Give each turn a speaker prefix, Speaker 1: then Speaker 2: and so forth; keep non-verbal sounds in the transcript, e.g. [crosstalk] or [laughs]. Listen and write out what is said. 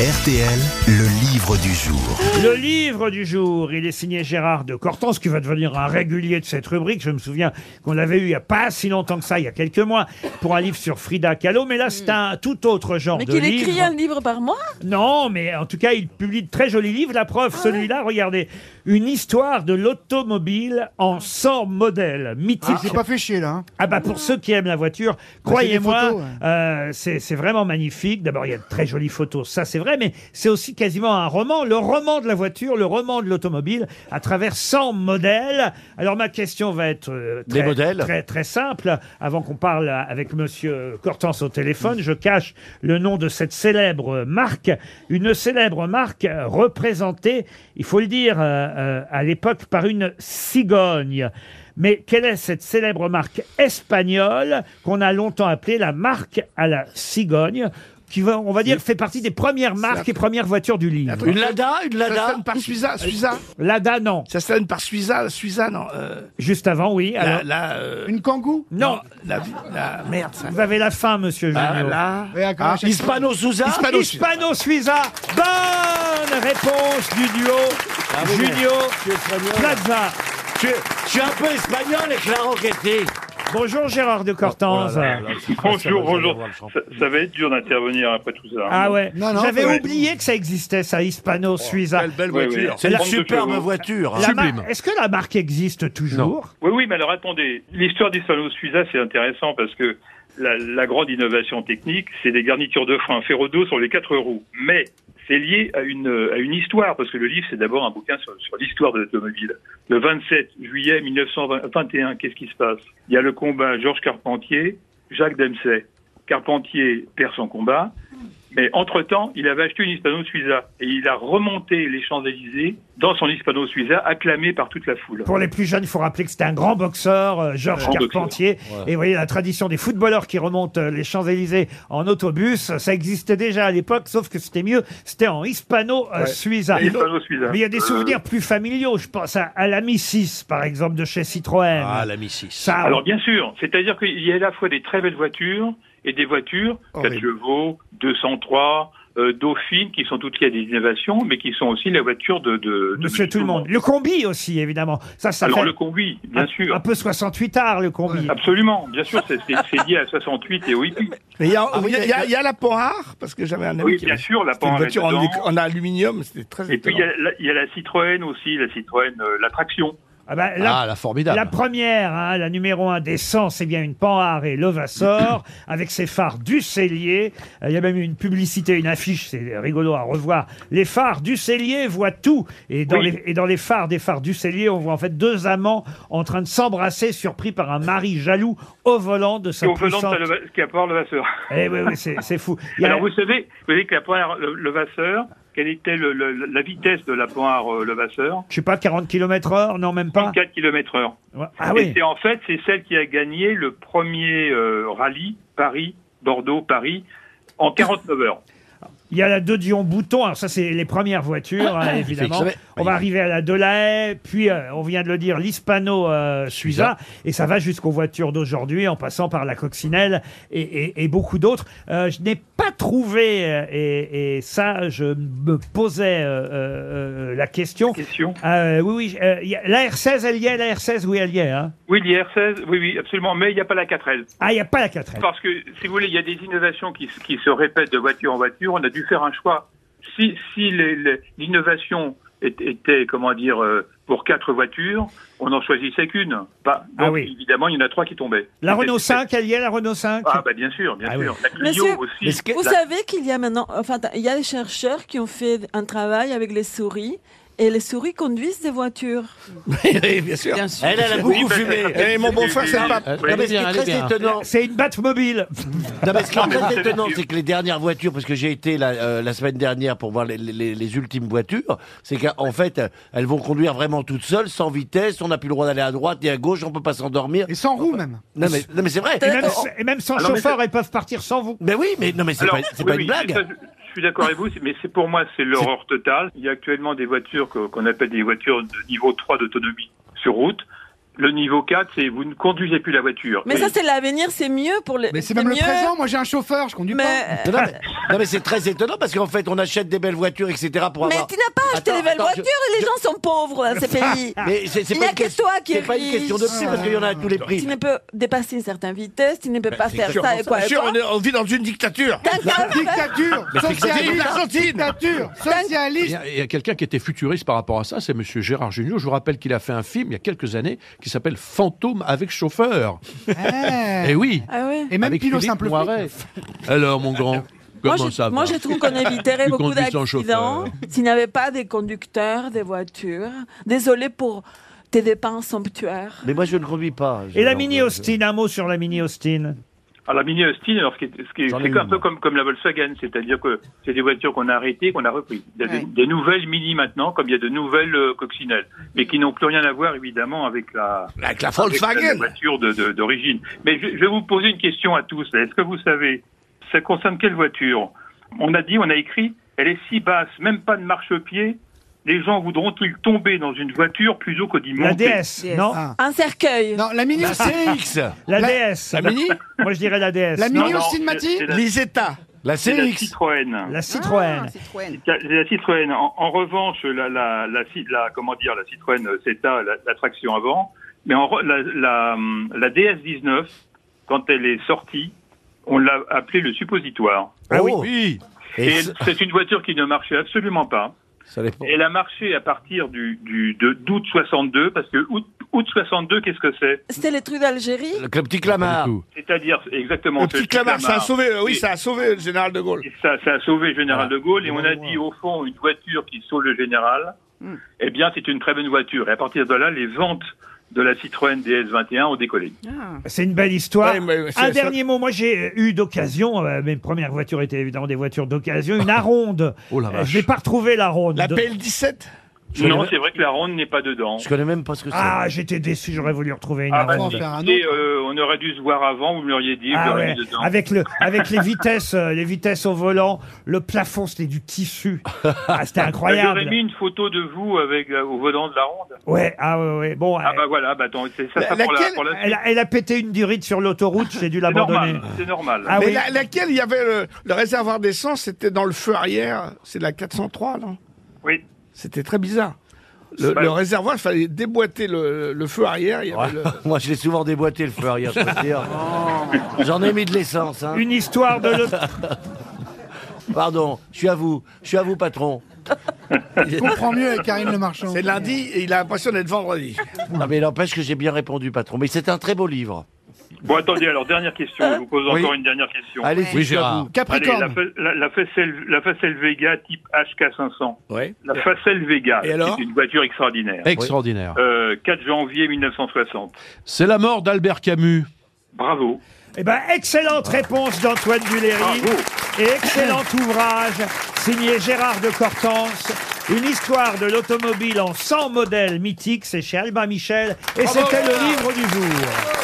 Speaker 1: RTL, le livre du jour.
Speaker 2: Le livre du jour, il est signé Gérard de Cortance, qui va devenir un régulier de cette rubrique. Je me souviens qu'on l'avait eu il n'y a pas si longtemps que ça, il y a quelques mois, pour un livre sur Frida Kahlo. Mais là, c'est un tout autre genre
Speaker 3: Hmm. Mais
Speaker 2: de
Speaker 3: qu'il
Speaker 2: livre.
Speaker 3: écrit un livre par mois
Speaker 2: Non, mais en tout cas, il publie de très jolis livres. La preuve,
Speaker 3: Ah
Speaker 2: celui-là, regardez. Une histoire de l'automobile en 100 modèles. Mythique.
Speaker 4: J'ai pas fait chier là. hein.
Speaker 2: Ah bah pour ceux qui aiment la voiture,
Speaker 4: Bah, c'est des
Speaker 2: croyez-moi,
Speaker 4: photos, hein. ouais.
Speaker 2: euh, c'est c'est vraiment magnifique. D'abord, il y a de très jolies photos, ça c'est vrai, mais c'est aussi quasiment un roman, le roman de la voiture, le roman de l'automobile, à travers 100 modèles. Alors ma question va être euh,
Speaker 5: Des
Speaker 2: très,
Speaker 5: modèles
Speaker 2: très très simple. Avant qu'on parle avec Monsieur Cortance au téléphone, je cache le nom de cette célèbre marque, une célèbre marque euh, représentée, il faut le dire, euh, euh, à l'époque par une cigogne. Mais quelle est cette célèbre marque espagnole qu'on a longtemps appelée la marque à la cigogne, qui va, on va dire fait partie des premières marques et premières voitures du livre.
Speaker 5: Une Lada Une
Speaker 6: Ça
Speaker 5: Lada
Speaker 6: sonne par Suiza, Suiza.
Speaker 2: Lada non.
Speaker 6: Ça sonne par Suiza, Suiza, non. euh,
Speaker 2: Juste avant, oui.
Speaker 6: la,
Speaker 2: alors-
Speaker 6: la, euh,
Speaker 4: Une kangou
Speaker 2: non.
Speaker 6: la, la- merde, ça.
Speaker 2: Vous avez la fin, monsieur
Speaker 6: Ah,
Speaker 2: Junio.
Speaker 6: là.
Speaker 4: Ouais, à
Speaker 6: Ah,
Speaker 4: chaque fois.
Speaker 5: Hispano Souza
Speaker 6: Hispano-
Speaker 2: Hispano Suiza. Bonne réponse du duo
Speaker 5: oui, mais-
Speaker 2: Junio
Speaker 5: Tu es espagnol.
Speaker 2: Plaza.
Speaker 5: Tu es- tu es un peu espagnol et Claro Ketty.
Speaker 2: Bonjour Gérard de
Speaker 5: Oh
Speaker 6: Oh
Speaker 2: Cortance.
Speaker 7: Bonjour, bonjour. Ça, ça va être dur d'intervenir après tout ça. hein.
Speaker 2: Ah ouais.
Speaker 4: Non, non,
Speaker 2: J'avais
Speaker 4: ouais.
Speaker 2: oublié que ça existait ça, Hispano Suiza.
Speaker 6: Oh, Ah, Quelle belle
Speaker 7: Oui,
Speaker 6: voiture.
Speaker 7: oui.
Speaker 5: C'est une
Speaker 7: Prendre de
Speaker 5: superbe
Speaker 7: chevaux.
Speaker 5: voiture. hein.
Speaker 2: La mar- Est-ce que la marque existe toujours
Speaker 7: Oui, oui, mais alors attendez. L'histoire des salons Suiza, c'est intéressant parce que la, la grande innovation technique, c'est des garnitures de frein ferrodo sur les quatre roues. Mais c'est lié à une, euh, à une histoire parce que le livre, c'est d'abord un bouquin sur, sur l'histoire de l'automobile. Le 27 juillet 1921, qu'est-ce qui se passe Il y a le combat Georges Carpentier, Jacques Dempsey. Carpentier perd son combat. Mais entre-temps, il avait acheté une Hispano Suiza et il a remonté les Champs-Élysées dans son Hispano Suiza, acclamé par toute la foule.
Speaker 2: Pour les plus jeunes, il faut rappeler que c'était un grand boxeur, euh, Georges
Speaker 7: Grand boxeur.
Speaker 2: Carpentier. Et vous voyez, la tradition des footballeurs qui remontent euh, les Champs-Élysées en autobus, ça existait déjà à l'époque, sauf que c'était mieux, c'était en hispano-suiza.
Speaker 7: Hispano Suiza.
Speaker 2: Mais Ah, il y a des
Speaker 7: Euh,
Speaker 2: souvenirs plus familiaux, je pense à, à l'ami 6, par exemple, de chez Citroën.
Speaker 5: Ah, la Missis.
Speaker 2: ça,
Speaker 7: Alors bien sûr, c'est-à-dire qu'il y a à la fois des très belles voitures et des voitures,
Speaker 4: Horrible.
Speaker 7: 4 chevaux, 203, euh, Dauphine, qui sont toutes liées à des innovations, mais qui sont aussi la voiture de... de, de
Speaker 2: Monsieur tout le monde. Le combi aussi, évidemment. Ça, ça
Speaker 7: Alors
Speaker 2: fait
Speaker 7: le combi, bien
Speaker 2: un,
Speaker 7: sûr.
Speaker 2: un peu 68 art, le combi.
Speaker 7: Absolument, bien sûr, c'est- c'est c'est lié à 68 et au hippie.
Speaker 6: Mais il y, a-
Speaker 7: Ah
Speaker 6: il y a-
Speaker 5: oui,
Speaker 6: il y a- il y a la Panhard, parce que j'avais un ami
Speaker 7: Oui,
Speaker 6: qui
Speaker 7: bien
Speaker 6: avait-
Speaker 7: sûr, la
Speaker 6: C'était une
Speaker 7: Panhard
Speaker 6: voiture en,
Speaker 7: là-dedans.
Speaker 6: en aluminium, c'était très
Speaker 7: Et puis il y,
Speaker 6: étonnant.
Speaker 7: a la- il y a la Citroën aussi, la Citroën, euh, la traction.
Speaker 2: Ah bah, là,
Speaker 5: Ah, la formidable.
Speaker 2: La première, hein, la numéro un des 100, c'est bien une Panhard et
Speaker 7: [coughs]
Speaker 2: Levasseur, avec ses phares du Cellier. Euh, Il y a même eu une publicité, une affiche, c'est rigolo à revoir. Les phares du Cellier voient tout. Et dans,
Speaker 7: Oui.
Speaker 2: les, et dans les phares des phares du Cellier, on voit en fait deux amants en train de s'embrasser, surpris par un mari jaloux au volant de sa
Speaker 7: Et au volant de
Speaker 2: puissante...
Speaker 7: sa leva- qui a peur Levasseur.
Speaker 2: Eh oui, oui, c'est c'est fou. Il y a-
Speaker 7: Alors vous savez, vous savez que la Panhard le- Levasseur, quelle était le- le- la vitesse de la Panhard euh, Levasseur
Speaker 2: Je sais pas, 40 km heure, non, même pas.
Speaker 7: 34 km heure.
Speaker 2: Ah
Speaker 7: Et
Speaker 2: oui.
Speaker 7: c'est en fait, c'est celle qui a gagné le premier euh, rallye Paris-Bordeaux-Paris en 49 heures.
Speaker 2: Il y a la de Dion Bouton, alors ça c'est les premières voitures hein, évidemment.
Speaker 5: exprès.
Speaker 2: On va arriver à la Delahaye, puis euh, on vient de le dire l'Hispano euh, Suiza, et ça va jusqu'aux voitures d'aujourd'hui en passant par la Coccinelle et, et- et beaucoup d'autres. Euh, je n'ai pas trouvé, euh, et, et ça je me posais euh, euh, euh, la question.
Speaker 7: Question
Speaker 2: Euh, oui, oui, euh, il y a- la R16 elle y est, la R16 oui elle y est. hein.
Speaker 7: Oui, l'IR16, oui, oui, absolument, mais il n'y a pas la 4L.
Speaker 2: Ah il n'y a pas la 4L.
Speaker 7: Parce que, si vous voulez, il y a des innovations qui, se- qui se répètent de voiture en voiture. On a dû faire un choix. Si, si les- les- l'innovation est- était, comment dire, euh, pour quatre voitures, on en choisissait qu'une. Pas. Donc,
Speaker 2: Ah oui.
Speaker 7: évidemment, il y en a trois qui tombaient.
Speaker 2: La
Speaker 7: C'était-
Speaker 2: Renault 5 elle y est, la Renault 5.
Speaker 7: Ah, bah, bien sûr, bien
Speaker 2: Ah oui.
Speaker 7: sûr. La Clio
Speaker 3: Monsieur-
Speaker 7: aussi.
Speaker 5: Mais ce que-
Speaker 3: Vous
Speaker 7: La-
Speaker 3: savez qu'il y a maintenant, enfin, il y a des chercheurs qui ont fait un travail avec les souris et les souris conduisent des voitures.
Speaker 6: [laughs] Oui, bien sûr.
Speaker 5: Elle, elle a beaucoup
Speaker 7: [laughs]
Speaker 5: fumé.
Speaker 6: Et Eh, mon beau-frère, c'est le pape.
Speaker 5: Non, mais ce qui est très étonnant,
Speaker 2: C'est une Batmobile.
Speaker 5: non, mais ce qui est très étonnant, c'est que les dernières voitures, parce que j'ai été la, euh, la semaine dernière pour voir les, les- les ultimes voitures, c'est qu'en fait, euh, elles vont conduire vraiment toutes seules, sans vitesse, on n'a plus le droit d'aller à droite et à gauche, on peut pas s'endormir.
Speaker 4: Et sans roue même.
Speaker 5: Non mais, non, mais c'est vrai.
Speaker 7: Ah,
Speaker 2: Et même, et même sans
Speaker 7: Alors, oh. mais
Speaker 2: chauffeur, elles peuvent partir sans vous.
Speaker 5: Mais oui, mais non mais c'est
Speaker 7: Alors,
Speaker 5: pas, c'est
Speaker 7: oui,
Speaker 5: pas
Speaker 7: oui,
Speaker 5: une blague.
Speaker 7: ça, je- je suis d'accord avec vous, mais c'est pour moi, c'est l'horreur totale. Il y a actuellement des voitures que- qu'on appelle des voitures de niveau 3 d'autonomie sur route. le niveau 4, c'est vous ne conduisez plus la voiture.
Speaker 3: Mais ça, c'est l'avenir, c'est mieux pour les.
Speaker 4: Mais c'est même le
Speaker 3: mieux.
Speaker 4: présent, moi j'ai un chauffeur, je conduis pas.
Speaker 3: Mais,
Speaker 5: Non, non, mais, non, mais c'est très étonnant parce qu'en fait, on achète des belles voitures, etc. pour
Speaker 3: mais
Speaker 5: avoir.
Speaker 3: tu n'as pas acheté
Speaker 5: Attends,
Speaker 3: les belles
Speaker 5: attends, je-
Speaker 3: voitures et les gens sont pauvres dans ces pays.
Speaker 5: Mais c'est c'est
Speaker 3: Il
Speaker 5: pas,
Speaker 3: y a
Speaker 5: une
Speaker 3: que
Speaker 5: question-
Speaker 3: toi qui
Speaker 5: c'est
Speaker 3: es
Speaker 5: pas une
Speaker 3: riche.
Speaker 5: question de prix parce qu'il y en a à tous les prix.
Speaker 3: Tu ne peux dépasser une certaine vitesse, tu ne peux pas faire ça et quoi.
Speaker 6: Bien
Speaker 3: et
Speaker 6: sûr,
Speaker 3: quoi.
Speaker 6: on, est- on vit dans une dictature.
Speaker 3: T'as qu'à-
Speaker 4: Dictature,
Speaker 6: c'est
Speaker 4: socialiste,
Speaker 6: l'Argentine.
Speaker 4: dictature,
Speaker 8: Il y
Speaker 4: socialiste.
Speaker 8: a, il y a quelqu'un qui était futuriste par rapport à ça, c'est Monsieur Gérard Junior. Je vous rappelle qu'il a fait un film il y a quelques années qui s'appelle Fantôme avec chauffeur. Eh
Speaker 4: Eh.
Speaker 8: oui.
Speaker 3: Ah ouais.
Speaker 4: Et même
Speaker 8: avec
Speaker 4: Pilo
Speaker 8: Philippe
Speaker 4: simple
Speaker 8: Moiret. Alors mon grand, comment
Speaker 3: moi, je,
Speaker 8: ça va
Speaker 3: moi, je trouve qu'on éviterait
Speaker 8: Tu
Speaker 3: beaucoup
Speaker 8: conduis sans
Speaker 3: d'accidents
Speaker 8: chauffeur.
Speaker 3: s'il n'y avait pas des conducteurs, des voitures. Désolé pour tes dépenses somptuaires.
Speaker 5: Mais moi, je ne conduis pas. euh,
Speaker 2: Et la Mini Austin, un mot sur la Mini Austin.
Speaker 7: Alors, la Mini Austin, alors, ce qui est- ce qui est-
Speaker 5: J'en ai
Speaker 7: c'est
Speaker 5: une,
Speaker 7: un peu
Speaker 5: moi.
Speaker 7: comme, comme la Volkswagen, c'est-à-dire que c'est des voitures qu'on a arrêtées, qu'on a reprises. Il y a des,
Speaker 4: Ouais.
Speaker 7: des nouvelles Mini maintenant, comme il y a de nouvelles euh, coccinelles, mais qui n'ont plus rien à voir, évidemment, avec la,
Speaker 6: Avec la
Speaker 7: avec la
Speaker 6: Volkswagen.
Speaker 7: voiture de- de- d'origine. Mais je, je vais vous poser une question à tous. là. Est-ce que vous savez, ça concerne quelle voiture On a dit, on a écrit, elle est si basse, même pas de marchepied. Les gens voudront-ils tomber dans une voiture plutôt que d'y
Speaker 2: La
Speaker 7: monter
Speaker 2: DS,
Speaker 3: DS.
Speaker 2: non
Speaker 4: Ah.
Speaker 3: Un cercueil.
Speaker 4: Non, la
Speaker 6: [laughs]
Speaker 4: mini Austin,
Speaker 2: La,
Speaker 4: La-
Speaker 2: DS.
Speaker 6: La Mini
Speaker 2: Moi, je dirais la DS.
Speaker 4: La
Speaker 7: Non,
Speaker 4: Mini
Speaker 7: non,
Speaker 4: Austin,
Speaker 7: c'est-
Speaker 4: Mati
Speaker 7: c'est la-
Speaker 6: L'Isetta.
Speaker 5: La
Speaker 7: c'est la
Speaker 5: CX.
Speaker 7: Citroën.
Speaker 2: La Citroën.
Speaker 7: La, la Citroën. En, en revanche, la, la, la, Ci- la- comment dire, la Citroën euh, Zeta, la, la traction avant. Mais en, re- la, la, hum, la DS19, quand elle est sortie, on l'a appelée le suppositoire.
Speaker 2: Ah oui.
Speaker 5: Oh.
Speaker 7: Et
Speaker 5: Et ça-
Speaker 7: c'est une voiture qui ne marchait absolument pas.
Speaker 5: ça dépend.
Speaker 7: Elle a marché à partir du, du de- d'août 62, parce que août, août 62, qu'est-ce que c'est
Speaker 3: C'était les trucs d'Algérie.
Speaker 5: Le club petit
Speaker 8: Pas
Speaker 5: clamart.
Speaker 8: du tout.
Speaker 7: C'est-à-dire exactement
Speaker 6: Le
Speaker 7: ce
Speaker 6: petit clamart, ça a sauvé, euh, oui,
Speaker 7: Et-
Speaker 6: ça a sauvé le général de Gaulle.
Speaker 7: Et ça, ça a sauvé le général de
Speaker 5: Voilà.
Speaker 7: Gaulle et on a dit au fond une voiture qui sauve le général, eh bien c'est une très bonne voiture. Et à partir de là, les ventes de la Citroën DS21 ont décollé.
Speaker 2: C'est une belle histoire.
Speaker 6: Ouais, mais c'est-
Speaker 2: un
Speaker 6: ça-
Speaker 2: dernier mot. Moi, j'ai eu d'occasion, euh, mes premières voitures étaient évidemment des voitures d'occasion, une Aronde.
Speaker 8: Oh la
Speaker 2: Euh,
Speaker 8: vache.
Speaker 2: Je n'ai pas retrouvé la Ronde.
Speaker 6: La
Speaker 2: De-
Speaker 6: PL17
Speaker 7: Non, c'est vrai que la ronde n'est pas dedans.
Speaker 5: Je connais même pas ce que c'est.
Speaker 2: Ah, j'étais déçu, j'aurais voulu retrouver une
Speaker 7: Ah, bah,
Speaker 4: On va en
Speaker 2: Aronde.
Speaker 4: faire un
Speaker 7: Et,
Speaker 4: autre.
Speaker 7: euh, on aurait dû se voir avant, vous me l'auriez dit,
Speaker 2: Ah
Speaker 7: vous
Speaker 2: ouais,
Speaker 7: l'auriez mis dedans.
Speaker 2: avec le avec les vitesses euh, les vitesses au volant, le plafond c'était du tissu. Ah, c'était
Speaker 7: J'aurais
Speaker 2: incroyable.
Speaker 7: mis une photo de vous avec euh, au volant de la ronde.
Speaker 2: Ouais, ah ouais, ouais. Bon,
Speaker 7: Ah
Speaker 2: elle-
Speaker 7: bah voilà, bah attends, c'est ça,
Speaker 6: La-
Speaker 7: ça pour, la,
Speaker 6: laquelle-
Speaker 7: pour la
Speaker 2: elle,
Speaker 7: suite.
Speaker 2: a, elle a pété une durite sur l'autoroute, j'ai dû
Speaker 7: C'est
Speaker 2: l'abandonner.
Speaker 7: normal, c'est normal.
Speaker 2: Ah
Speaker 6: Mais
Speaker 2: oui.
Speaker 6: la- laquelle il y avait le, le réservoir d'essence, c'était dans le feu arrière, c'est la 403, non
Speaker 7: Oui.
Speaker 6: C'était très bizarre. Le,
Speaker 7: Bah-
Speaker 6: le réservoir, il fallait déboîter le, le feu arrière. il y avait le-
Speaker 5: [laughs] Moi, je l'ai souvent déboîté le feu arrière. je peux te dire. J'en ai mis de l'essence. Hein.
Speaker 2: Une histoire de l'auto-
Speaker 5: Pardon, je suis à vous. Je suis à vous, patron.
Speaker 4: Je comprends mieux avec Karine Le Marchand.
Speaker 6: C'est lundi et il a l'impression d'être vendredi.
Speaker 5: Non, mais n'empêche que j'ai bien répondu, patron. Mais c'est un très beau livre.
Speaker 7: Bon attendez, alors dernière question, je vous pose
Speaker 5: Oui.
Speaker 7: encore une dernière question.
Speaker 5: Allez,
Speaker 8: Oui,
Speaker 5: je suis à
Speaker 8: Gérard.
Speaker 5: vous.
Speaker 7: Allez, la,
Speaker 4: Ah. Capricorne.
Speaker 7: fa- la, la facelle, la facelle Vega type HK500.
Speaker 6: Ouais.
Speaker 7: La Facel Vega,
Speaker 6: Et alors
Speaker 7: c'est une voiture extraordinaire.
Speaker 8: Extraordinaire.
Speaker 7: Euh, 4 janvier 1960.
Speaker 8: C'est la mort d'Albert Camus.
Speaker 7: Bravo.
Speaker 2: Eh ben, excellente réponse d'Antoine Duléry.
Speaker 7: Bravo.
Speaker 2: Et excellent ouvrage signé Gérard de Cortance. Une histoire de l'automobile en 100 modèles mythiques. C'est chez Albin Michel. Et c'était le livre du jour.